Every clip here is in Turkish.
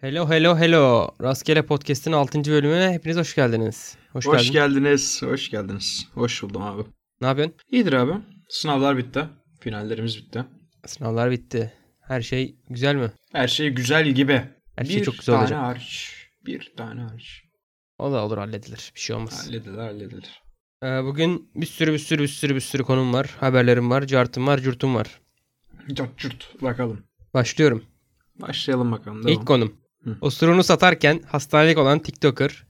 Hello hello hello. Rastgele Podcast'in 6. bölümüne hepiniz hoş geldiniz. Hoş, Hoş geldin. geldiniz. Hoş geldiniz. Hoş buldum abi. ne yapıyorsun? İyidir abi. Sınavlar bitti. Finallerimiz bitti. Sınavlar bitti. Her şey güzel mi? Her şey güzel gibi. Her bir şey çok güzel tane olacak. hariç. Bir tane hariç. O da olur halledilir. Bir şey olmaz. Halledilir halledilir. Ee, bugün bir sürü bir sürü bir sürü bir sürü konum var. Haberlerim var. Cartım var. Curtum var. Cart curt bakalım. Başlıyorum. Başlayalım bakalım. Devam. İlk konum. Hı. Osurunu satarken hastanelik olan TikToker.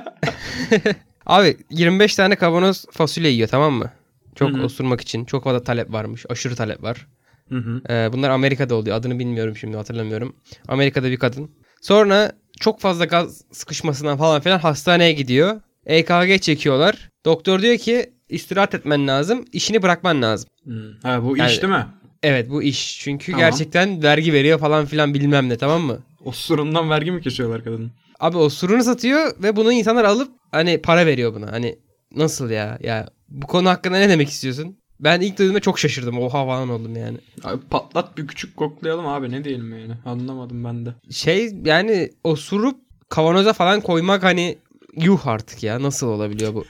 Abi 25 tane kavanoz fasulye yiyor tamam mı? Çok Hı hı. osurmak için. Çok fazla talep varmış. Aşırı talep var. Hı hı. Ee, bunlar Amerika'da oluyor. Adını bilmiyorum şimdi hatırlamıyorum. Amerika'da bir kadın. Sonra çok fazla gaz sıkışmasından falan filan hastaneye gidiyor. EKG çekiyorlar. Doktor diyor ki istirahat etmen lazım. işini bırakman lazım. Hı. Ha bu Yani- iş değil mi? Evet bu iş. Çünkü Tamam. gerçekten vergi veriyor falan filan bilmem ne tamam mı? Osurundan vergi mi kesiyorlar kadının? Abi osurunu satıyor ve bunu insanlar alıp hani para veriyor buna. Hani nasıl ya? Ya bu konu hakkında ne demek istiyorsun? Ben ilk duyduğumda çok şaşırdım. Oha falan oldum yani. Abi patlat bir küçük koklayalım abi ne diyelim yani. Anlamadım ben de. şey yani osurup kavanoza falan koymak hani yuh artık ya nasıl olabiliyor bu?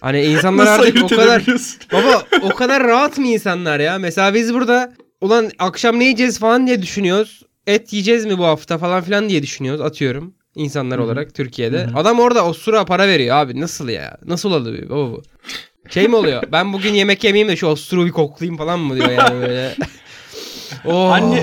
hani insanlar Nasıl artık o ayırt kadar edebiliyorsun? baba o kadar rahat mı insanlar ya? Mesela biz burada ulan akşam ne yiyeceğiz falan diye düşünüyoruz. Et yiyeceğiz mi bu hafta falan filan diye düşünüyoruz atıyorum insanlar Hı hı. olarak Türkiye'de. Hı hı. Adam orada osura para veriyor abi nasıl ya? Nasıl olabiliyor baba bu? Şey mi oluyor? Ben bugün yemek yemeyeyim de şu osuru bir koklayayım falan mı diyor yani böyle. Oh, Anne-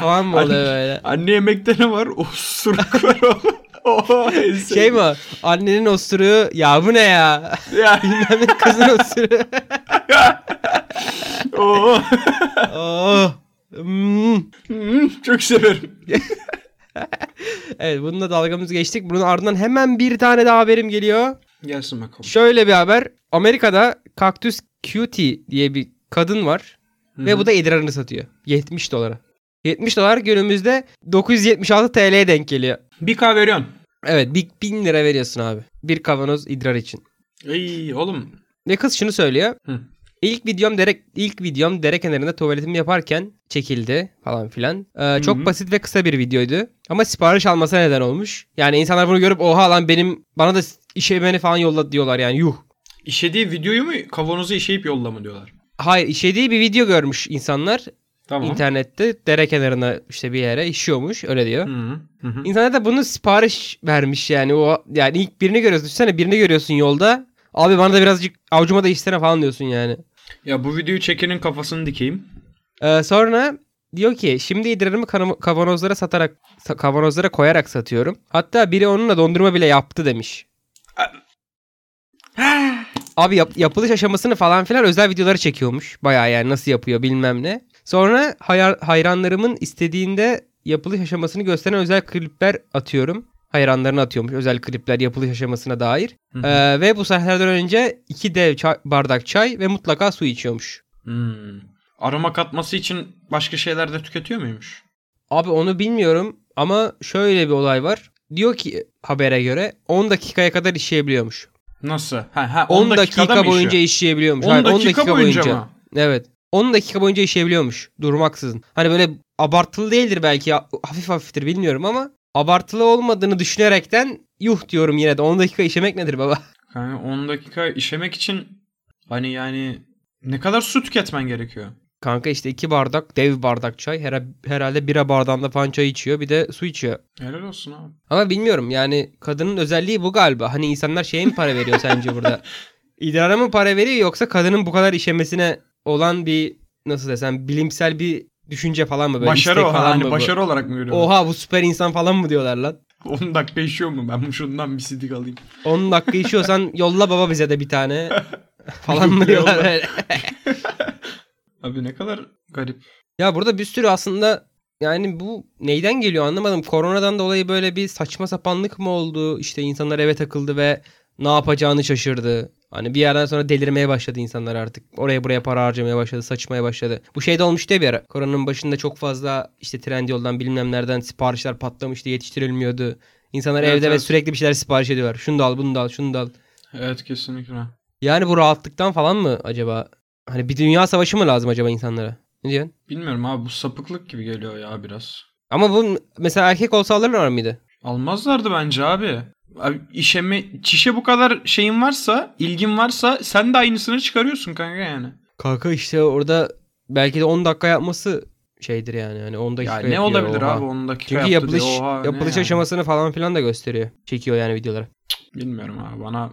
falan mı oluyor böyle? Anne yemekte ne var? Osuruk var oğlum. Oha, ense- Şey mi? o? Annenin osuruğu ya bu ne ya? Ya. Bilmem ne kızın osuruğu. Oo. oh. Hmm. Hmm, çok severim. Evet bununla dalgamızı geçtik. Bunun ardından hemen bir tane daha haberim geliyor. Gelsin bakalım. Şöyle bir haber. Amerika'da Cactus Cutie diye bir kadın var. Ve bu da idrarını satıyor. 70 dolara. 70 dolar günümüzde 976 TL'ye denk geliyor. bir kahve veriyorsun. Evet bir- 1000 lira veriyorsun abi. Bir kavanoz idrar için. Ey oğlum. Ve kız şunu söylüyor. Hı. İlk videom dere ilk videom dere kenarında tuvaletimi yaparken çekildi falan filan. Ee, çok hı. basit ve kısa bir videoydu. Ama sipariş almasına neden olmuş. Yani insanlar bunu görüp oha lan benim bana da işe beni falan yolla diyorlar yani yuh. İşediği videoyu mu kavanozu işeyip yolla mı diyorlar. Hayır işediği bir video görmüş insanlar Tamam. internette dere kenarına işte bir yere işiyormuş öyle diyor. Hı hı hı. İnsanlar da bunu sipariş vermiş yani o yani ilk birini görüyorsun düşünsene birini görüyorsun yolda. Abi bana da birazcık avcuma da işsene falan diyorsun yani. Ya bu videoyu çekenin kafasını dikeyim. Ee, sonra diyor ki şimdi idrarımı kanam- kavanozlara satarak sa- kavanozlara koyarak satıyorum. Hatta biri onunla dondurma bile yaptı demiş. Abi yap- yapılış aşamasını falan filan özel videoları çekiyormuş. Bayağı yani nasıl yapıyor bilmem ne. Sonra hayar- hayranlarımın istediğinde yapılış aşamasını gösteren özel klipler atıyorum. Hayranlarına atıyormuş özel klipler yapılış aşamasına dair. Hı hı. Ee, ve bu sahnelerden önce iki dev çay- bardak çay ve mutlaka su içiyormuş. Hmm. Aroma katması için başka şeyler de tüketiyor muymuş? Abi onu bilmiyorum ama şöyle bir olay var. Diyor ki habere göre 10 dakikaya kadar işleyebiliyormuş. Nasıl? Ha, ha, 10, 10, dakika, dakikada mı boyunca işiyor? işleyebiliyormuş. 10 Hayır, dakika, boyunca, mı? Evet. 10 dakika boyunca işleyebiliyormuş durmaksızın. Hani böyle abartılı değildir belki ya- hafif hafiftir bilmiyorum ama abartılı olmadığını düşünerekten yuh diyorum yine de 10 dakika işemek nedir baba? Yani 10 dakika işemek için hani yani ne kadar su tüketmen gerekiyor? Kanka işte 2 bardak dev bardak çay hera- herhalde bira bardağında falan çay içiyor bir de su içiyor. Helal olsun abi. Ama bilmiyorum yani kadının özelliği bu galiba. Hani insanlar şeye mi para veriyor sence burada? İdrara mı para veriyor yoksa kadının bu kadar işemesine olan bir nasıl desem bilimsel bir düşünce falan mı? Böyle başarı istek o falan mı hani bu? başarı olarak mı görüyorum? Oha bu süper insan falan mı diyorlar lan? 10 dakika işiyor mu? Ben şundan bir sidik alayım. 10 dakika işiyorsan yolla baba bize de bir tane falan mı Yolla. diyorlar? böyle? Abi ne kadar garip. ya burada bir sürü aslında yani bu neyden geliyor anlamadım. Koronadan dolayı böyle bir saçma sapanlık mı oldu? İşte insanlar eve takıldı ve ne yapacağını şaşırdı. Hani bir yerden sonra delirmeye başladı insanlar artık. Oraya buraya para harcamaya başladı, saçmaya başladı. Bu şey de olmuştu ya bir ara. Koronanın başında çok fazla işte Trendyol'dan bilmem nereden siparişler patlamıştı, yetiştirilmiyordu. İnsanlar Evet, evde ve evet. sürekli bir şeyler sipariş ediyorlar. Şunu da al, bunu da al, şunu da al. Evet kesinlikle. Yani bu rahatlıktan falan mı acaba? Hani bir dünya savaşı mı lazım acaba insanlara? Ne diyorsun? Bilmiyorum abi bu sapıklık gibi geliyor ya biraz. Ama bu mesela erkek olsa alırlar mıydı? Almazlardı bence abi. Abi işeme, çişe bu kadar şeyin varsa, ilgin varsa sen de aynısını çıkarıyorsun kanka yani. Kanka işte orada belki de 10 dakika yapması şeydir yani. Hani 10 dakika Ya ne yapıyor, olabilir oha. abi 10 dakika Çünkü yaptı yapılış, diye, oha, ne yapılış yani? aşamasını falan filan da gösteriyor. Çekiyor yani videoları. Bilmiyorum abi bana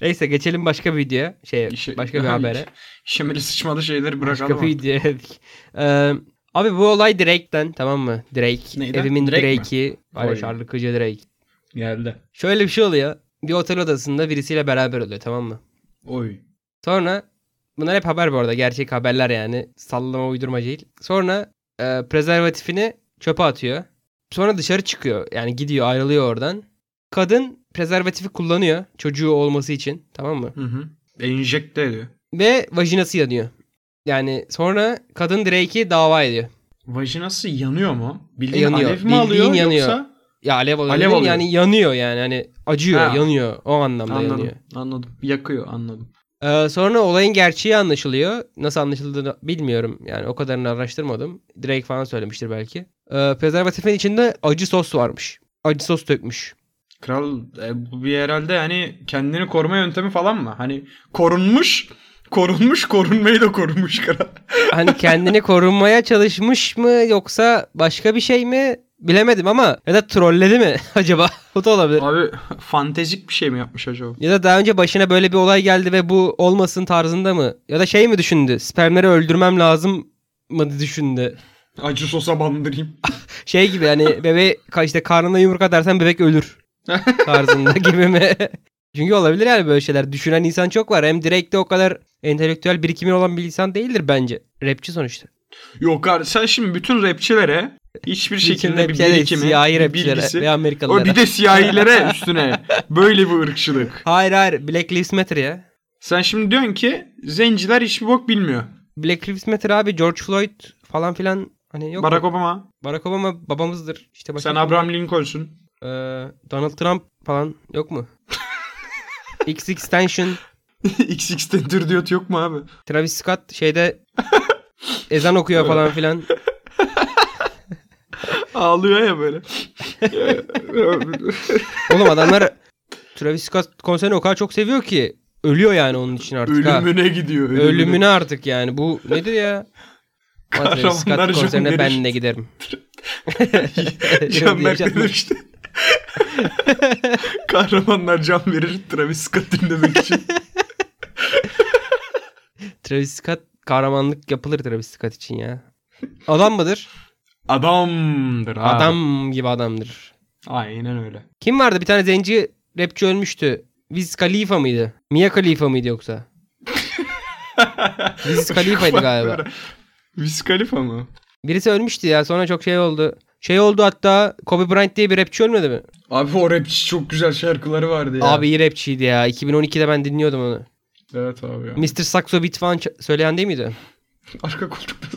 Neyse geçelim başka bir videoya. Şey, işe, başka bir habere. İşemeli sıçmalı şeyleri bırakalım. Başka abi. bir videoya. dedik. Ee, abi bu olay Drake'den tamam mı? Drake. Neyden? Evimin Drake mi? Drake'i. Var ya Oy. şarkıcı Drake. Geldi. Şöyle bir şey oluyor. Bir otel odasında birisiyle beraber oluyor tamam mı? Oy. Sonra bunlar hep haber bu arada. Gerçek haberler yani. Sallama uydurma değil. Sonra e, prezervatifini çöpe atıyor. Sonra dışarı çıkıyor. Yani gidiyor ayrılıyor oradan. Kadın prezervatifi kullanıyor. Çocuğu olması için. Tamam mı? Hı hı. Enjekte ediyor. Ve vajinası yanıyor. Yani sonra kadın Drake'i dava ediyor. Vajinası yanıyor mu? Bildiğin Yanıyor. alev mi Bildiğin alıyor yanıyor. yoksa? Ya alev alıyor. Alev dedim, alıyor. Yani yanıyor yani. Hani acıyor, Ha. yanıyor. O anlamda yanıyor. Anladım. Anladım. Yakıyor anladım. Ee, sonra olayın gerçeği anlaşılıyor. Nasıl anlaşıldığını bilmiyorum. Yani o kadarını araştırmadım. Drake falan söylemiştir belki. Ee, prezervatifin içinde acı sos varmış. Acı sos dökmüş. Kral e, bu bir herhalde yani kendini koruma yöntemi falan mı? Hani korunmuş, korunmuş, korunmayı da korunmuş kral. Hani kendini korumaya çalışmış mı yoksa başka bir şey mi bilemedim ama ya da trolledi mi acaba? Bu da olabilir. Abi fantezik bir şey mi yapmış acaba? Ya da daha önce başına böyle bir olay geldi ve bu olmasın tarzında mı? Ya da şey mi düşündü? Spermleri öldürmem lazım mı düşündü? Acı sosa bandırayım. Şey gibi hani bebe ka- işte karnına yumruk atarsan bebek ölür tarzında gibi mi? Çünkü olabilir yani böyle şeyler. Düşünen insan çok var. Hem direkt de o kadar entelektüel birikimi olan bir insan değildir bence. Rapçi sonuçta. Yok abi sen şimdi bütün rapçilere hiçbir şekilde bir Rapçiler şey de birikimi, siyahi bir rapçilere ve bilgisi. Amerikalılara. O bir de siyahilere üstüne böyle bir ırkçılık. Hayır hayır. Black Lives Matter ya. Sen şimdi diyorsun ki zenciler hiçbir bok bilmiyor. Black Lives Matter abi George Floyd falan filan hani yok. Barack Obama, Barack Obama babamızdır. İşte başka sen Abraham Lincoln'sun. Ee, Donald Trump falan yok mu? X Extension, XX'ten tür diyot yok mu abi? Travis Scott şeyde ezan okuyor falan filan. Ağlıyor ya böyle. Oğlum adamlar Travis Scott konserini o kadar çok seviyor ki ölüyor yani onun için artık. ha. ölümüne gidiyor. Ölümüne. Ölümüne artık yani. Bu nedir ya? Ama Travis Scott Kahramanlar konserine John ben de giderim. can şey verir demişti. Kahramanlar can verir Travis Scott dinlemek için. Travis Scott kahramanlık yapılır Travis Scott için ya. Adam mıdır? Adamdır abi. Adam gibi adamdır. Aynen öyle. Kim vardı? Bir tane zenci rapçi ölmüştü. Wiz Khalifa mıydı? Mia Khalifa mıydı yoksa? Wiz Khalifa'ydı galiba. Wiz Khalifa mı? Birisi ölmüştü ya. Sonra çok şey oldu. Şey oldu hatta Kobe Bryant diye bir rapçi ölmedi mi? Abi o rapçi çok güzel şarkıları vardı ya. Abi iyi rapçiydi ya. 2012'de ben dinliyordum onu. Evet abi ya. Mr. Saxo Beat falan ç- söyleyen değil miydi? Arka koltukta.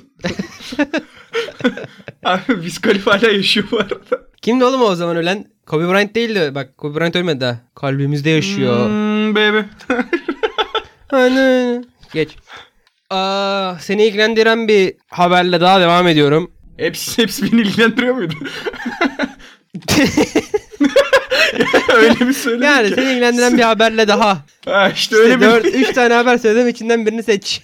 abi Wiz Khalifa hala yaşıyor bu arada. Kimdi oğlum o zaman ölen? Kobe Bryant değildi. Bak Kobe Bryant ölmedi daha. Kalbimizde yaşıyor. Hmm, baby. Ana. Geç. Aa, seni ilgilendiren bir haberle daha devam ediyorum. Hepsi, hepsi beni ilgilendiriyor muydu? öyle bir söyledim Yani ki. seni ilgilendiren bir haberle daha. Ha, işte İşte öyle bir... dört- üç tane haber söyledim içinden birini seç.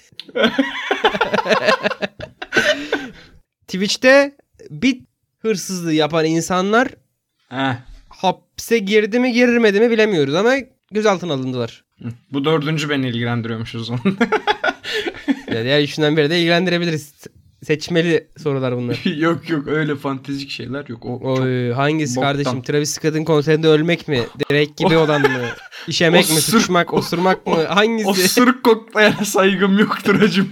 Twitch'te bit hırsızlığı yapan insanlar Ha, hapse girdi mi girmedi mi bilemiyoruz ama gözaltına alındılar. bu dördüncü beni ilgilendiriyormuş o zaman. Yani diğer üçünden biri de ilgilendirebiliriz. Seçmeli sorular bunlar. yok yok öyle fantezik şeyler yok. O, çok- Oy, hangisi boktan. Oh. kardeşim? Travis Scott'ın konserinde ölmek mi? Direkt gibi olan mı? İşemek mi? Osur- Sıçmak, osurmak mı? o Hangisi? sırık koklayana saygım yoktur acım.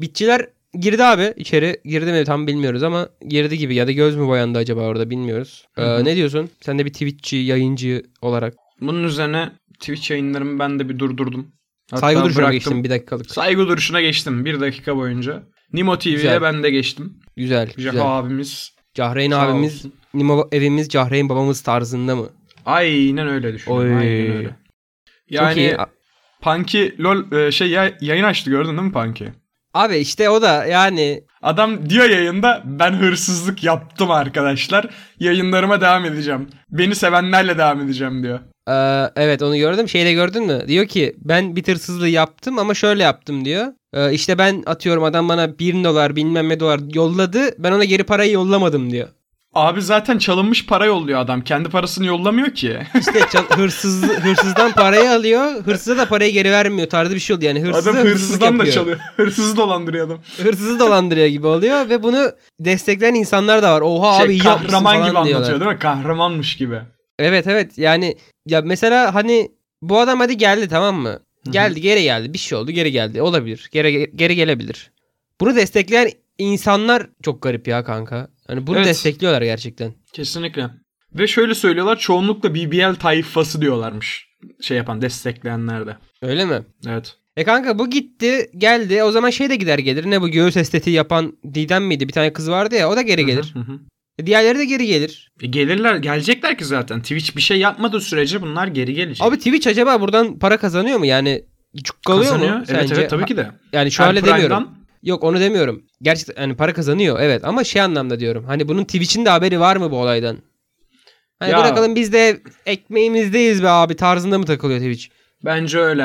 Bitçiler girdi abi içeri. Girdi mi tam bilmiyoruz ama girdi gibi ya da göz mü boyandı acaba orada bilmiyoruz. Ee, Hı hı. ne diyorsun? Sen de bir Twitch'çi, yayıncı olarak. Bunun üzerine Twitch yayınlarımı ben de bir durdurdum. Hatta Saygı duruşuna bıraktım. geçtim bir dakikalık. Saygı duruşuna geçtim bir dakika boyunca. Nimo TV'ye Güzel. ben de geçtim. Güzel, Jaha güzel. abimiz. Cahreyn sağ abimiz, olsun. Nimo evimiz, Cahreyn babamız tarzında mı? Aynen öyle düşünüyorum. Oy. Aynen öyle. Çok Yani iyi. A- Punky lol e, şey yay- yayın açtı gördün değil mi Punky? Abi işte o da yani Adam diyor yayında ben hırsızlık yaptım arkadaşlar. Yayınlarıma devam edeceğim. Beni sevenlerle devam edeceğim diyor. Ee, evet onu gördüm. Şeyde gördün mü? Diyor ki ben bir tırsızlığı yaptım ama şöyle yaptım diyor. Ee, işte ben atıyorum adam bana 1 dolar bilmem ne dolar yolladı. Ben ona geri parayı yollamadım diyor. Abi zaten çalınmış para yolluyor adam. Kendi parasını yollamıyor ki. İşte çal- hırsız, hırsızdan parayı alıyor. Hırsıza da parayı geri vermiyor tarzı bir şey oldu. Yani hırsız adam hırsızdan da çalıyor. Hırsızı dolandırıyor adam. Hırsızı dolandırıyor gibi oluyor ve bunu destekleyen insanlar da var. Oha Şey, abi iyi yapmışsın kahraman falan gibi diyorlar. anlatıyor değil mi? Kahramanmış gibi. Evet evet yani ya mesela hani bu adam hadi geldi tamam mı? hı. Geldi geri geldi bir şey oldu geri geldi olabilir geri, geri gelebilir. Bunu destekleyen insanlar çok garip ya kanka. Hani bunu Evet. destekliyorlar gerçekten. Kesinlikle. Ve şöyle söylüyorlar çoğunlukla BBL tayfası diyorlarmış. Şey yapan destekleyenler de. Öyle mi? Evet. E kanka bu gitti geldi o zaman şey de gider gelir ne bu göğüs estetiği yapan Didem miydi bir tane kız vardı ya o da geri gelir. Hı hı, hı hı. E diğerleri de geri gelir. E gelirler gelecekler ki zaten. Twitch bir şey yapmadığı sürece bunlar geri gelecek. Abi Twitch acaba buradan para kazanıyor mu yani çukkalıyor mu Kazanıyor. Evet sence? evet tabii ki de. Yani şöyle demiyorum. demiyorum. Yok onu demiyorum. Gerçekten hani para kazanıyor evet ama şey anlamda diyorum. Hani bunun Twitch'in de haberi var mı bu olaydan? Hani Ya. bırakalım biz de ekmeğimizdeyiz be abi tarzında mı takılıyor Twitch? Bence öyle.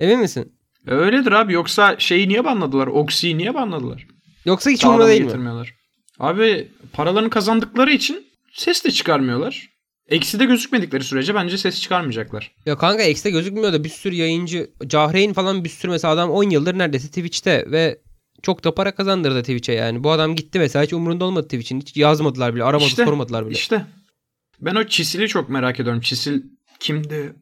E, Emin misin? Öyledir abi yoksa şeyi niye banladılar? Oxy'yi niye banladılar? Yoksa hiç Sağlam umurunda değil mi? getirmiyorlar. Abi paralarını kazandıkları için ses de çıkarmıyorlar. Eksi de gözükmedikleri sürece bence ses çıkarmayacaklar. Ya kanka X'te gözükmüyor da bir sürü yayıncı Cahreyn falan bir sürü mesela adam 10 yıldır neredeyse Twitch'te ve çok da para kazandırdı Twitch'e yani. Bu adam gitti mesela hiç umurunda olmadı Twitch'in. Hiç yazmadılar bile, aramadı, İşte, sormadılar bile. İşte. Ben o Çisil'i çok merak ediyorum. Çisil kimdi?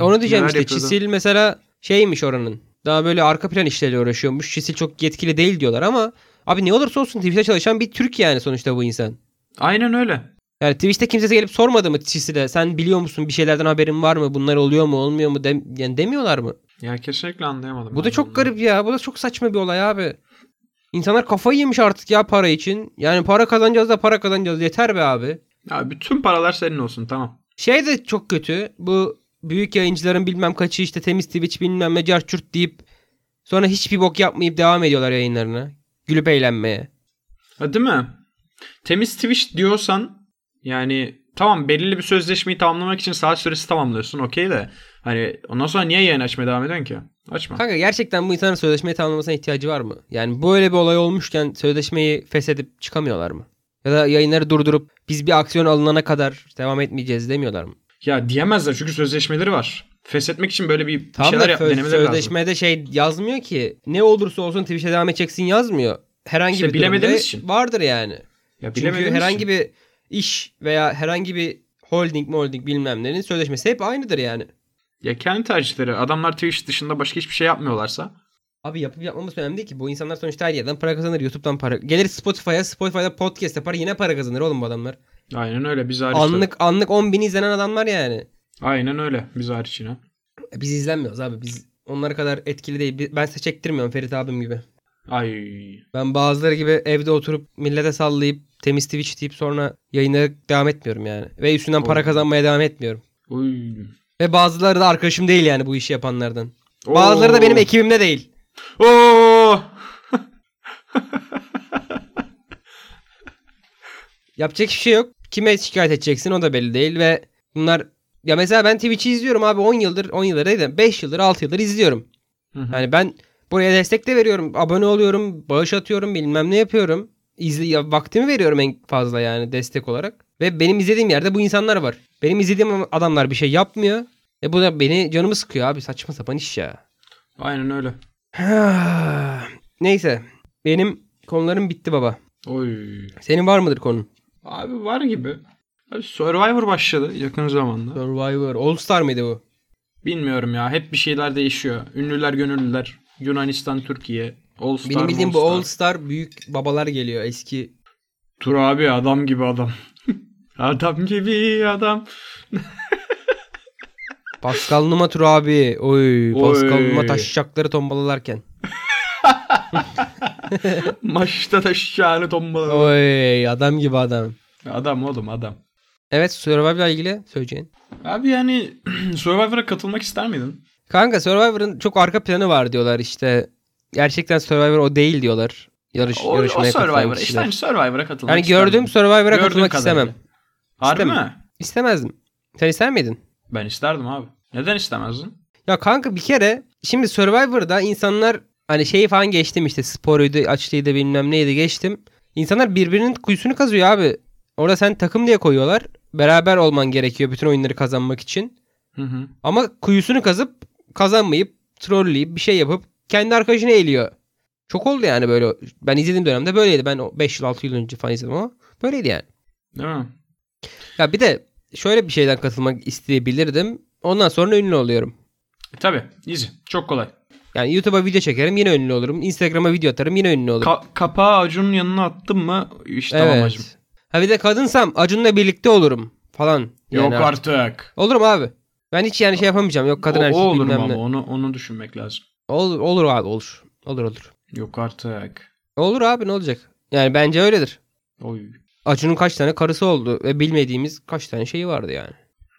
Onu diyeceğim Neler işte yapıyordu? Çisil mesela şeymiş oranın. Daha böyle arka plan işleriyle uğraşıyormuş. Çisil çok yetkili değil diyorlar ama abi ne olursa olsun Twitch'te çalışan bir Türk yani sonuçta bu insan. Aynen öyle. Yani Twitch'te kimsesi gelip sormadı mı Çisil'e sen biliyor musun bir şeylerden haberin var mı bunlar oluyor mu olmuyor mu Dem- yani demiyorlar mı? Ya kesinlikle anlayamadım. Bu da ben de çok bunu. garip ya bu da çok saçma bir olay abi. İnsanlar kafayı yemiş artık ya para için. Yani para kazanacağız da para kazanacağız yeter be abi. Ya bütün paralar senin olsun tamam. Şey de çok kötü. Bu büyük yayıncıların bilmem kaçı işte temiz Twitch bilmem ne carçurt deyip sonra hiçbir bok yapmayıp devam ediyorlar yayınlarına. Gülüp eğlenmeye. Ha, değil mi? Temiz Twitch diyorsan yani tamam belirli bir sözleşmeyi tamamlamak için saat süresi tamamlıyorsun okey de hani ondan sonra niye yayın açmaya devam ediyorsun ki? Açma. Kanka gerçekten bu insanın sözleşmeyi tamamlamasına ihtiyacı var mı? Yani böyle bir olay olmuşken sözleşmeyi feshedip çıkamıyorlar mı? Ya da yayınları durdurup biz bir aksiyon alınana kadar devam etmeyeceğiz demiyorlar mı? Ya diyemezler çünkü sözleşmeleri var. Feshetmek için böyle bir bir Tamam şeyler da yap, söz- denemeleri lazım. sözleşmede şey yazmıyor ki ne olursa olsun Twitch'e devam edeceksin yazmıyor. Herhangi İşte bir durumda bilemediğimiz için. vardır yani. Ya Çünkü bilemediğimiz herhangi için. bir iş veya herhangi bir holding mi holding bilmem nenin sözleşmesi hep aynıdır yani. Ya kendi tercihleri. Adamlar Twitch dışında başka hiçbir şey yapmıyorlarsa. Abi yapıp yapmamız önemli değil ki. Bu insanlar sonuçta her yerden para kazanır. YouTube'dan para. Gelir Spotify'a. Spotify'da podcast yapar. Yine para kazanır oğlum bu adamlar. Aynen öyle biz hariç. tabii. Anlık anlık 10 bin izlenen adamlar yani. Aynen öyle biz hariç yine. E, Biz izlenmiyoruz abi. Biz onlara kadar etkili değil. Bi- Ben size çektirmiyorum Ferit abim gibi. Ay. Ben bazıları gibi evde oturup millete sallayıp temiz Twitch deyip sonra yayına devam etmiyorum yani. Ve üstünden para Oy. kazanmaya devam etmiyorum. Uy. Ve bazıları da arkadaşım değil yani bu işi yapanlardan. Bazıları da benim ekip. ekibimde değil. Oo. Yapacak hiçbir şey yok. Kime şikayet edeceksin o da belli değil ve bunlar ya mesela ben Twitch'i izliyorum abi 10 yıldır 10 yıldır değil de 5 yıldır 6 yıldır izliyorum. Hı hı. Yani ben buraya destek de veriyorum. Abone oluyorum, bağış atıyorum, bilmem ne yapıyorum. İzli, ya vaktimi veriyorum en fazla yani destek olarak. Ve benim izlediğim yerde bu insanlar var. Benim izlediğim adamlar bir şey yapmıyor. E bu da beni canımı sıkıyor abi saçma sapan iş ya. Aynen öyle. Neyse benim konularım bitti baba. Oy. Senin var mıdır konun? Abi var gibi. Abi Survivor başladı yakın zamanda. Survivor. All Star mıydı bu? Bilmiyorum ya hep bir şeyler değişiyor. Ünlüler gönüllüler. Yunanistan Türkiye. All Star, Benim bildiğim bu All All Star. Star büyük babalar geliyor eski. Tur abi adam gibi adam. adam gibi adam. Pascal Numa Tur abi. Oy, Pascal Oy. Numa taşacakları tombalalarken. Maçta taşacağını tombala. Oy adam gibi adam. Adam oğlum adam. Evet Survivor'la ilgili söyleyeceğin. Abi yani Survivor'a katılmak ister miydin? Kanka Survivor'ın çok arka planı var diyorlar işte. gerçekten Survivor o değil diyorlar. Yarış, O, o yarışmaya katılan Survivor'a. İşte kişiler. hani Survivor'a katılmak yani gördüğüm isterdim. Survivor'a Gördüğüm katılmak kadarıyla. istemem. Harbi istemem. mi? İstemezdim. Sen ister miydin? Ben isterdim abi. Neden istemezdin? Ya kanka bir kere şimdi Survivor'da insanlar hani şeyi falan geçtim işte sporuydu, açlıydı bilmem neydi geçtim. İnsanlar birbirinin kuyusunu kazıyor abi. Orada sen takım diye koyuyorlar. Beraber olman gerekiyor bütün oyunları kazanmak için. Hı hı. Ama kuyusunu kazıp kazanmayıp trolleyip bir şey yapıp kendi arkadaşını eliyor. Çok oldu yani böyle. Ben izlediğim dönemde böyleydi. Ben 5 yıl 6 yıl önce falan izledim ama böyleydi yani. Değil mi? Ya bir de şöyle bir şeyden katılmak isteyebilirdim. Ondan sonra ünlü oluyorum. E, tabii. Easy. Çok kolay. Yani YouTube'a video çekerim yine ünlü olurum. Instagram'a video atarım yine ünlü olurum. Ka- kapağı Acun'un yanına attın mı işte evet. amacım. Ha bir de kadınsam Acun'la birlikte olurum falan. Yok Yani artık. Olurum abi. Ben hiç yani şey yapamayacağım. Yok kadın o, erkek o olur mu bilmem ama ne. onu, onu düşünmek lazım. Olur, olur abi olur. Olur olur. Yok artık. Olur abi ne olacak? Yani bence öyledir. Oy. Acun'un kaç tane karısı oldu ve bilmediğimiz kaç tane şeyi vardı yani.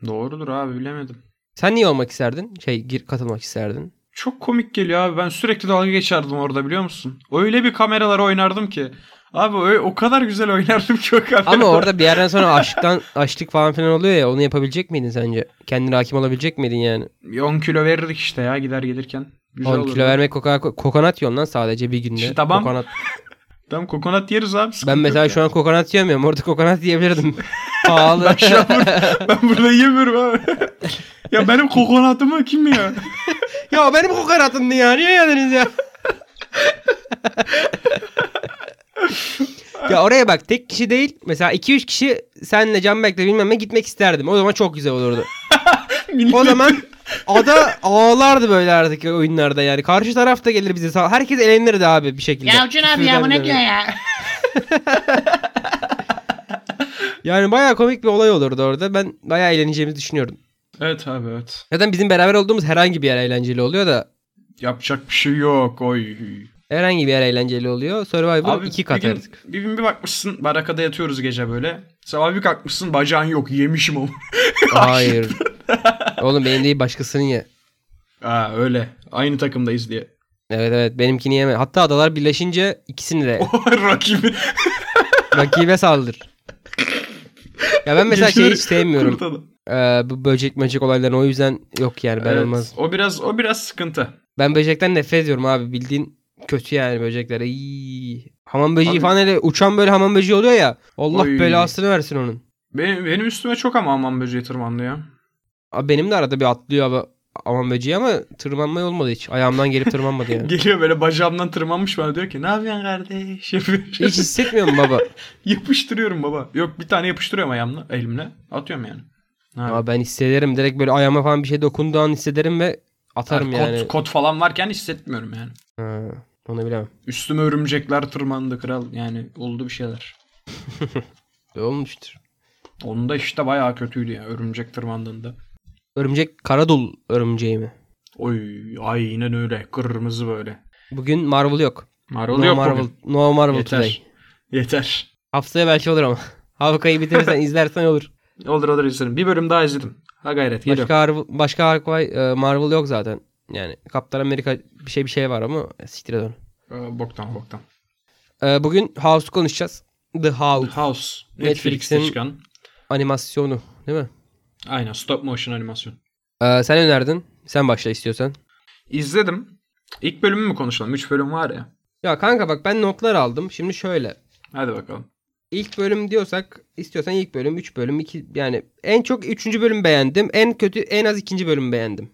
Doğrudur abi bilemedim. Sen niye olmak isterdin? Şey gir katılmak isterdin. Çok komik geliyor abi. Ben sürekli dalga geçerdim orada biliyor musun? Öyle bir kameralara oynardım ki. Abi ö- o kadar güzel oynardım ki o kameralara. Ama orada bir yerden sonra aşktan açlık falan filan oluyor ya onu yapabilecek miydin sence? Kendine hakim olabilecek miydin yani? 10 kilo verirdik işte ya gider gelirken. Güzel 10 olurdu. kilo vermek koka, kokonat yiyorsun lan sadece bir günde. İşte tamam. Kokonat. Tamam kokonat yeriz abi. sıkıntı Ben mesela yok şu ya. an kokonat yiyemiyorum. Orada kokonat yiyebilirdim. Pahalı. Ben şu an bur- ben burada yemiyorum abi. ya benim kokonatımı kim ya? ya benim kokonatımdı ya. Niye yediniz ya? ya oraya bak tek kişi değil. Mesela 2-3 kişi senle Canberk'le bilmem ne gitmek isterdim. O zaman çok güzel olurdu. O zaman ada ağlardı böyle artık oyunlarda yani. Karşı taraf da gelir bize. sağ- Herkes elenirdi abi bir şekilde. Ya Acun abi ya bu ne Küfürden diyor böyle. ya? Yani bayağı komik bir olay olurdu orada. Ben bayağı eğleneceğimizi düşünüyorum. Evet abi evet. Zaten bizim beraber olduğumuz herhangi bir yer eğlenceli oluyor da Yapacak bir şey yok. Oy. Herhangi bir yer eğlenceli oluyor. Survivor iki kat bir gün, artık. bir gün bir bakmışsın barakada yatıyoruz gece böyle. Sabah bir kalkmışsın bacağın yok yemişim onu. Hayır. Oğlum benim değil başkasının ye. ha öyle. Aynı takımdayız diye. Evet evet benimkini yeme. Hatta adalar birleşince ikisini de O rakibi. rakibe saldır. Ya ben mesela şeyi hiç sevmiyorum. kurtardı. Ee, bu böcek böcek olaylarını o yüzden yok yani ben Evet, olmaz. O biraz o biraz sıkıntı. Ben böcekten nefret ediyorum abi bildiğin kötü yani böceklere. İyi. Hamam böceği Abi- falan hele uçan böyle hamam böceği oluyor ya. Allah Oy. belasını versin onun. Benim, benim üstüme çok ama aman böceği tırmanlıyor. Abi benim de arada bir atlıyor abi hamam böceği ama tırmanma olmadı hiç. Ayağımdan gelip tırmanmadı yani. Geliyor böyle bacağımdan tırmanmış bana diyor ki ne yapıyorsun kardeş? Yapıyor. Hiç hissetmiyorum baba. Yapıştırıyorum baba. Yok bir tane yapıştırıyorum ayağımla elimle. Atıyorum yani. Ha. Ama ben hissederim. Direkt böyle ayağıma falan bir şey dokunduğu an hissederim ve atarım Kot- yani. Kot, falan varken hissetmiyorum yani. Ha, onu bilemem. Üstüme örümcekler tırmandı kral. Yani oldu bir şeyler. E, Olmuştur. Onda işte bayağı kötüydü ya örümcek tırmandığında. Örümcek Karadul örümceği mi? Oy aynen öyle. Kırmızı böyle. Bugün Marvel yok. Marvel no yok Marvel, bugün. no Marvel Yeter. today. Yeter. Haftaya belki olur ama. Havkayı bitirirsen izlersen olur. Olur olur izlerim. Bir bölüm daha izledim. Ha gayret geliyor. Başka Marvel, başka Hawkeye, e, Marvel yok zaten. Yani Kaptan Amerika bir şey bir şey var ama e, siktir et onu. Ee, boktan boktan. E, bugün House'u konuşacağız. The House House. Netflix'in- Netflix'te çıkan. animasyonu değil mi? Aynen stop motion animasyon. E, sen önerdin. Sen başla istiyorsan. İzledim. İlk bölümü mü konuşalım? 3 bölüm var ya. Ya kanka bak ben notlar aldım. Şimdi şöyle. Hadi bakalım. İlk bölüm diyorsak istiyorsan ilk bölüm 3 bölüm 2 yani en çok 3. bölüm beğendim. En kötü en az 2. bölüm beğendim.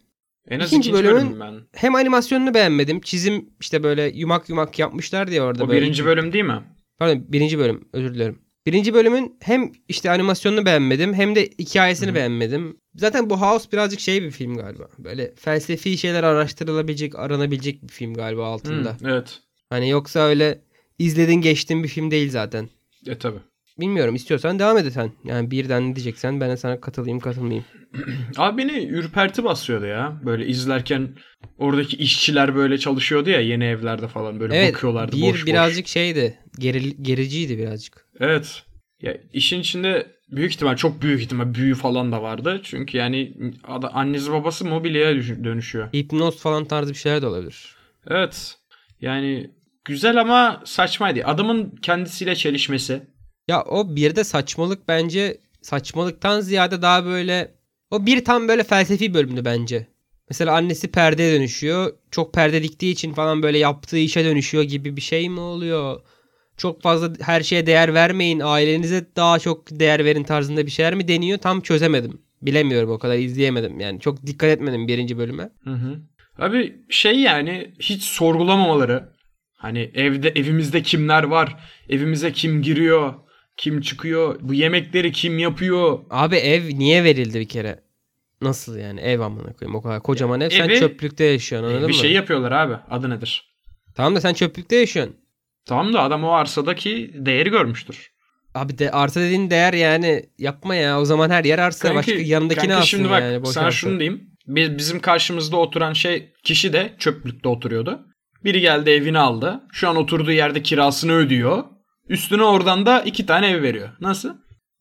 En az İkinci ikinci, bölümün- bölüm ben. Hem animasyonunu beğenmedim. Çizim işte böyle yumak yumak yapmışlar diye orada. O böyle. birinci bölüm değil mi? Pardon birinci bölüm özür dilerim. Birinci bölümün hem işte animasyonunu beğenmedim hem de hikayesini Hı hı. beğenmedim. Zaten bu House birazcık şey bir film galiba. Böyle felsefi şeyler araştırılabilecek, aranabilecek bir film galiba Hı, altında. evet. Hani yoksa öyle izledin geçtin bir film değil zaten. E tabi. Bilmiyorum istiyorsan devam et sen. Yani birden ne diyeceksen ben de sana katılayım katılmayayım. Abi beni ürperti basıyordu ya. Böyle izlerken oradaki işçiler böyle çalışıyordu ya yeni evlerde falan böyle evet bakıyorlardı bir boş birazcık şeydi geril, gericiydi birazcık. boş. Evet. Ya işin içinde büyük ihtimal çok büyük ihtimal büyü falan da vardı. Çünkü yani ada- annesi babası mobilyaya düş- dönüşüyor. Hipnoz falan tarzı bir şeyler de olabilir. Evet. Yani güzel ama saçmaydı. Adamın kendisiyle çelişmesi. Ya o bir de saçmalık bence saçmalıktan ziyade daha böyle o bir tam böyle felsefi bölümdü bence. Mesela annesi perdeye dönüşüyor. Çok perde diktiği için falan böyle yaptığı işe dönüşüyor gibi bir şey mi oluyor? Çok fazla her şeye değer vermeyin. Ailenize daha çok değer verin tarzında bir şeyler mi deniyor? Tam çözemedim. Bilemiyorum o kadar izleyemedim. Yani çok dikkat etmedim birinci bölüme. Hı hı. Abi şey yani hiç sorgulamamaları. Hani evde evimizde kimler var? Evimize kim giriyor? Kim çıkıyor? Bu yemekleri kim yapıyor? Abi ev niye verildi bir kere? Nasıl yani ev amına koyayım o kadar kocaman ev sen evi- çöplükte yaşıyorsun anladın bir mı? şey yapıyorlar abi. Adı nedir? Tamam da sen çöplükte yaşıyorsun. Tamam da adam o arsadaki değeri görmüştür. Abi de arsa dediğin değer yani yapma ya o zaman her yer arsa başka Kanki- yanındakini kanki alsın şimdi bak yani boş sana arsa. şunu diyeyim. Biz, bizim karşımızda oturan şey kişi de çöplükte oturuyordu. Biri geldi evini aldı. Şu an oturduğu yerde kirasını ödüyor. Üstüne oradan da iki tane ev veriyor. Nasıl?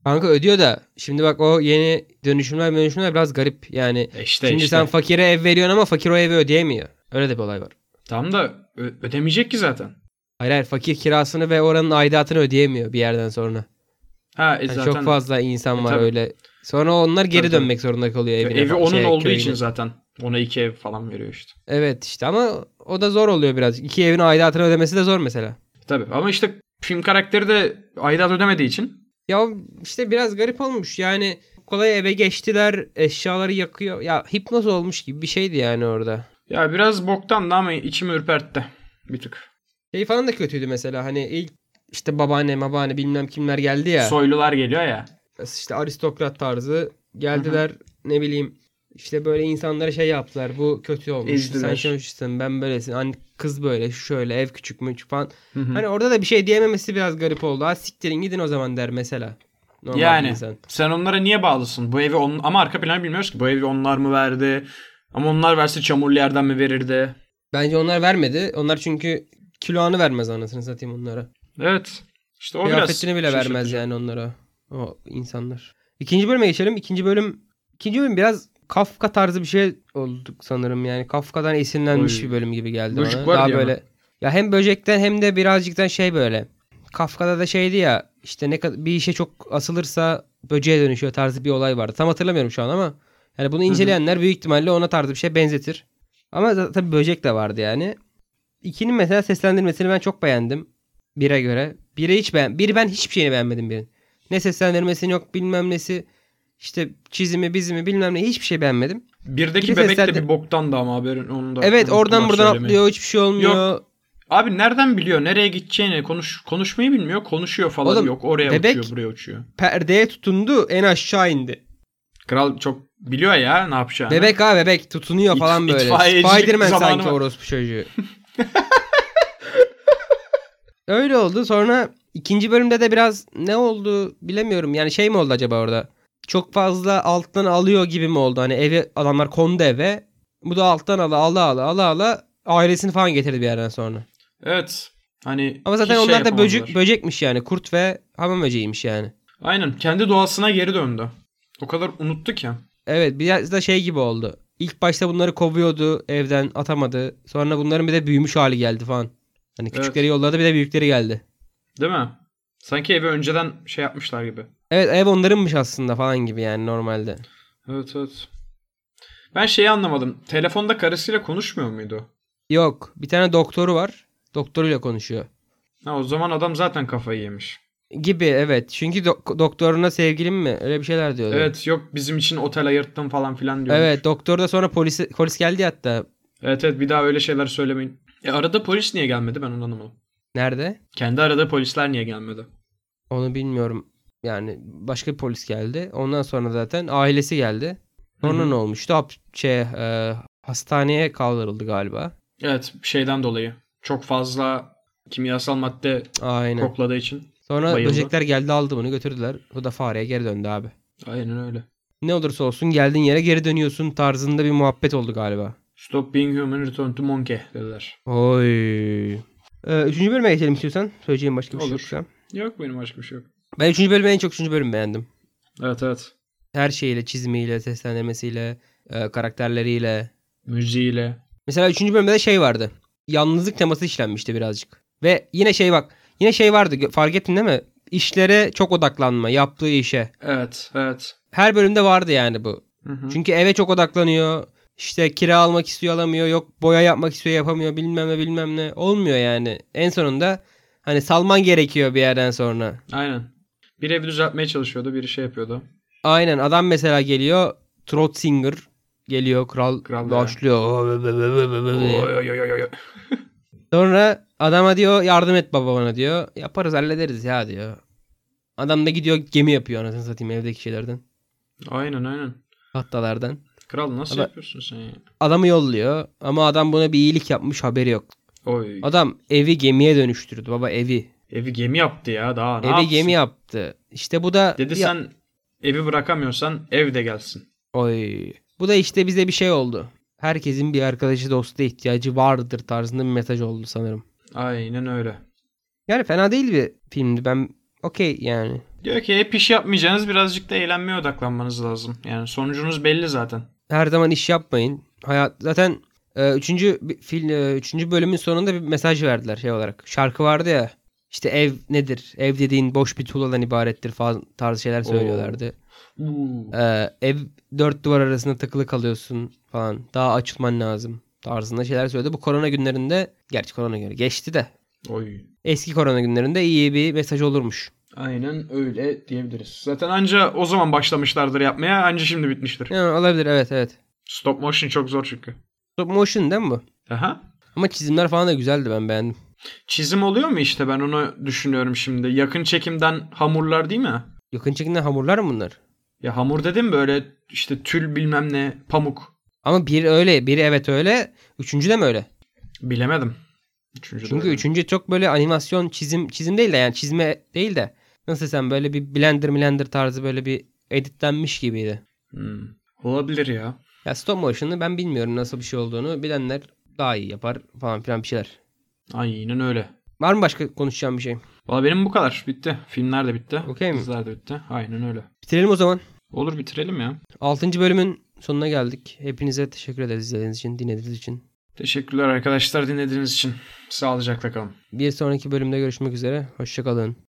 Kanka ödüyor da şimdi bak o yeni dönüşümler dönüşümler biraz garip yani. E işte şimdi işte. sen fakire ev veriyorsun ama fakir o evi ödeyemiyor. Öyle de bir olay var. Tam da ö- ödemeyecek ki zaten. Hayır hayır fakir kirasını ve oranın aidatını ödeyemiyor bir yerden sonra. Ha e Yani zaten çok fazla insan E, var tabii. öyle. Sonra onlar geri Tabii, tabii. dönmek zorunda kalıyor evine. evi şey, onun olduğu köyüne. için zaten ona iki ev falan veriyor işte. Evet işte ama o da zor oluyor biraz. İki evin aidatını ödemesi de zor mesela. Tabii ama işte film karakteri de aidat ödemediği için Ya o işte biraz garip olmuş. Yani kolay eve geçtiler, eşyaları yakıyor. Ya hipnoz olmuş gibi bir şeydi yani orada. ya biraz boktan da ama içimi ürpertti bir tık. Şey falan da kötüydü mesela hani ilk işte babaanne, babaanne bilmem kimler geldi ya. Soylular geliyor ya. işte aristokrat tarzı geldiler ne bileyim işte böyle insanlara şey yaptılar. Bu kötü olmuş. Ezdiler. Sen şöylesin, ben böylesin. Hani kız böyle, şu şöyle, ev küçük mü falan. Hı hı. Hani orada da bir şey diyememesi biraz garip oldu. Ha siktirin gidin o zaman der mesela. Normal bir yani insan. sen onlara niye bağlısın? Bu evi on... ama arka planı bilmiyoruz ki bu evi onlar mı verdi? Ama onlar verse çamurlu yerden mi verirdi? Bence onlar vermedi. Onlar çünkü kiloanı vermez anasını satayım onlara. Evet. İşte o biraz Kıyafetini bile vermez şaşırtıcı. yani onlara. O insanlar. İkinci bölüme geçelim. İkinci bölüm ikinci bölüm biraz Kafka tarzı bir şey olduk sanırım yani. Kafka'dan esinlenmiş Oy. bir bölüm gibi geldi Böcek bana. var Daha diye mi? böyle ya hem böcekten hem de birazcıktan şey böyle. Kafka'da da şeydi ya işte ne kadar bir işe çok asılırsa böceğe dönüşüyor tarzı bir olay vardı. Tam hatırlamıyorum şu an ama yani bunu inceleyenler büyük ihtimalle ona tarzı bir şey benzetir. Ama za- tabii böcek de vardı yani. İkinin mesela seslendirmesini ben çok beğendim. Bire göre. Biri hiç beğen. Biri ben hiçbir şeyini beğenmedim birin. Ne seslendirmesini yok bilmem nesi. İşte çizimi bizimi bilmem ne hiçbir şey beğenmedim. Birdeki Bir bebek sesler de de- bir boktan da ama haberin onu da. Evet oradan unuttular buradan söylemeyi. atlıyor hiçbir şey olmuyor. Abi nereden biliyor nereye gideceğini konuş konuşmayı bilmiyor konuşuyor falan Oğlum, yok oraya bebek- uçuyor buraya uçuyor. Perdeye tutundu en aşağı indi. Kral çok biliyor ya ne yapacağını. Bebek ha bebek tutunuyor İt- falan böyle. itfaiyecilik Spiderman zamanı sanki var. orospu çocuğu. Öyle oldu. Sonra ikinci bölümde de biraz ne oldu bilemiyorum. Yani şey mi oldu acaba orada? Çok fazla alttan alıyor gibi mi oldu? Hani evi adamlar kondu eve. Bu da alttan ala ala ala ala ala ailesini falan getirdi bir yerden sonra. Evet. Hani Ama zaten hiç şey onlar da böcek, yapamadılar. böcekmiş yani. Kurt ve hamam böceğiymiş yani. Aynen kendi doğasına geri döndü. O kadar unuttu ki. Evet biraz da şey gibi oldu. İlk başta bunları kovuyordu evden atamadı. Sonra bunların bir de büyümüş hali geldi falan. Hani küçükleri yolladı bir de büyükleri geldi. Değil mi? Sanki evi önceden şey yapmışlar gibi. Evet ev onlarınmış aslında falan gibi yani normalde. Evet evet. Ben şeyi anlamadım. Telefonda karısıyla konuşmuyor muydu? Yok bir tane doktoru var. Doktoruyla konuşuyor. Ha, o zaman adam zaten kafayı yemiş. Gibi evet. Çünkü dok- doktoruna sevgilim mi? Öyle bir şeyler diyordu. Evet yok bizim için otel ayırttım falan filan diyor. Evet doktor da sonra polis, polis geldi hatta. Evet evet bir daha öyle şeyler söylemeyin. E arada polis niye gelmedi ben onu anlamadım. Nerede? Kendi arada polisler niye gelmedi? Onu bilmiyorum. Yani başka bir polis geldi. Ondan sonra zaten ailesi geldi. Sonra Hı hı. ne olmuştu? Hap, şey, e, hastaneye kaldırıldı galiba. Evet şeyden dolayı. Çok fazla kimyasal madde Aynen. kokladığı için. Sonra bayıldı. böcekler geldi aldı bunu götürdüler. Bu da fareye geri döndü abi. Aynen öyle. Ne olursa olsun geldiğin yere geri dönüyorsun tarzında bir muhabbet oldu galiba. Stop being human return to monkey dediler. Oy. Ee, üçüncü bölüme geçelim istiyorsan. Söyleyeceğim başka bir şey Olur. yoksa. Yok benim başka bir şey yok. Ben üçüncü bölümü en çok üçüncü bölümü beğendim. Evet evet. Her şeyiyle, çizimiyle, seslendirmesiyle, e, karakterleriyle. Müziğiyle. Mesela üçüncü bölümde de şey vardı. yalnızlık teması işlenmişti birazcık. Ve yine şey bak yine şey vardı gö- fark ettin değil mi? İşlere çok odaklanma yaptığı işe. Evet, evet. Her bölümde vardı yani bu. Hı hı. Çünkü eve çok odaklanıyor. İşte kira almak istiyor alamıyor. Yok boya yapmak istiyor yapamıyor bilmem ne bilmem ne. Olmuyor yani. En sonunda hani salman gerekiyor bir yerden sonra. Aynen. Bir evi düzeltmeye çalışıyordu, biri şey yapıyordu. Aynen adam mesela geliyor Trot Singer geliyor kral, Kral başlıyor. Oy, oy, oy, oy, oy. Sonra adama diyor yardım et baba bana diyor. Yaparız hallederiz ya diyor. Adam da gidiyor gemi yapıyor anasını satayım evdeki şeylerden. Aynen, aynen. Hattalardan. Kral nasıl Ama- yapıyorsun sen ya? Adamı yolluyor ama adam buna bir iyilik yapmış haberi yok. Oy. Adam evi gemiye dönüştürdü baba evi. Evi gemi yaptı ya daha. Ne evi yapsın? gemi yaptı. İşte bu da Dedi Ya- sen evi bırakamıyorsan ev de gelsin. Oy. Bu da işte bize bir şey oldu. Herkesin bir arkadaşı dosta ihtiyacı vardır tarzında bir mesaj oldu sanırım. Aynen öyle. Yani fena değil bir filmdi. Ben okey yani. Diyor ki hep iş yapmayacağınız birazcık da eğlenmeye odaklanmanız lazım. Yani sonucunuz belli zaten. Her zaman iş yapmayın. Hayat zaten e, üçüncü bi- film e, üçüncü bölümün sonunda bir mesaj verdiler şey olarak. Şarkı vardı ya. İşte ev nedir? Ev dediğin boş bir tuğladan ibarettir falan tarzı şeyler söylüyorlardı. Uuu. Ee, ev dört duvar arasında takılı kalıyorsun falan. Daha açılman lazım tarzında şeyler söyledi. Bu korona günlerinde gerçi korona günü geçti de Oy. eski korona günlerinde iyi bir mesaj olurmuş. Aynen öyle diyebiliriz. Zaten anca o zaman başlamışlardır yapmaya anca şimdi bitmiştir. Yani olabilir evet evet. Stop motion çok zor çünkü. Stop motion değil mi bu? Aha. Ama çizimler falan da güzeldi ben beğendim. Çizim oluyor mu işte ben onu düşünüyorum şimdi. Yakın çekimden hamurlar değil mi? Yakın çekimden hamurlar mı bunlar? Ya hamur dedim böyle işte tül bilmem ne pamuk. Ama biri öyle, biri evet öyle, üçüncü de mi öyle? Bilemedim. Üçüncü de Çünkü öyle. üçüncü çok böyle animasyon çizim çizim değil de yani çizme değil de nasıl desem böyle bir blender blender tarzı böyle bir editlenmiş gibiydi. Hmm. Olabilir ya. Ya stop motion'ı ben bilmiyorum nasıl bir şey olduğunu. Bilenler daha iyi yapar falan filan bir şeyler. Aynen öyle. Var mı başka konuşacağım bir şey? Valla benim bu kadar. Bitti. Filmler de bitti. Okey mi? Diziler de bitti. Aynen öyle. Bitirelim o zaman. Olur bitirelim ya. 6. bölümün sonuna geldik. Hepinize teşekkür ederiz izlediğiniz için, dinlediğiniz için. Teşekkürler arkadaşlar dinlediğiniz için. Sağlıcakla kalın. Bir sonraki bölümde görüşmek üzere. Hoşçakalın.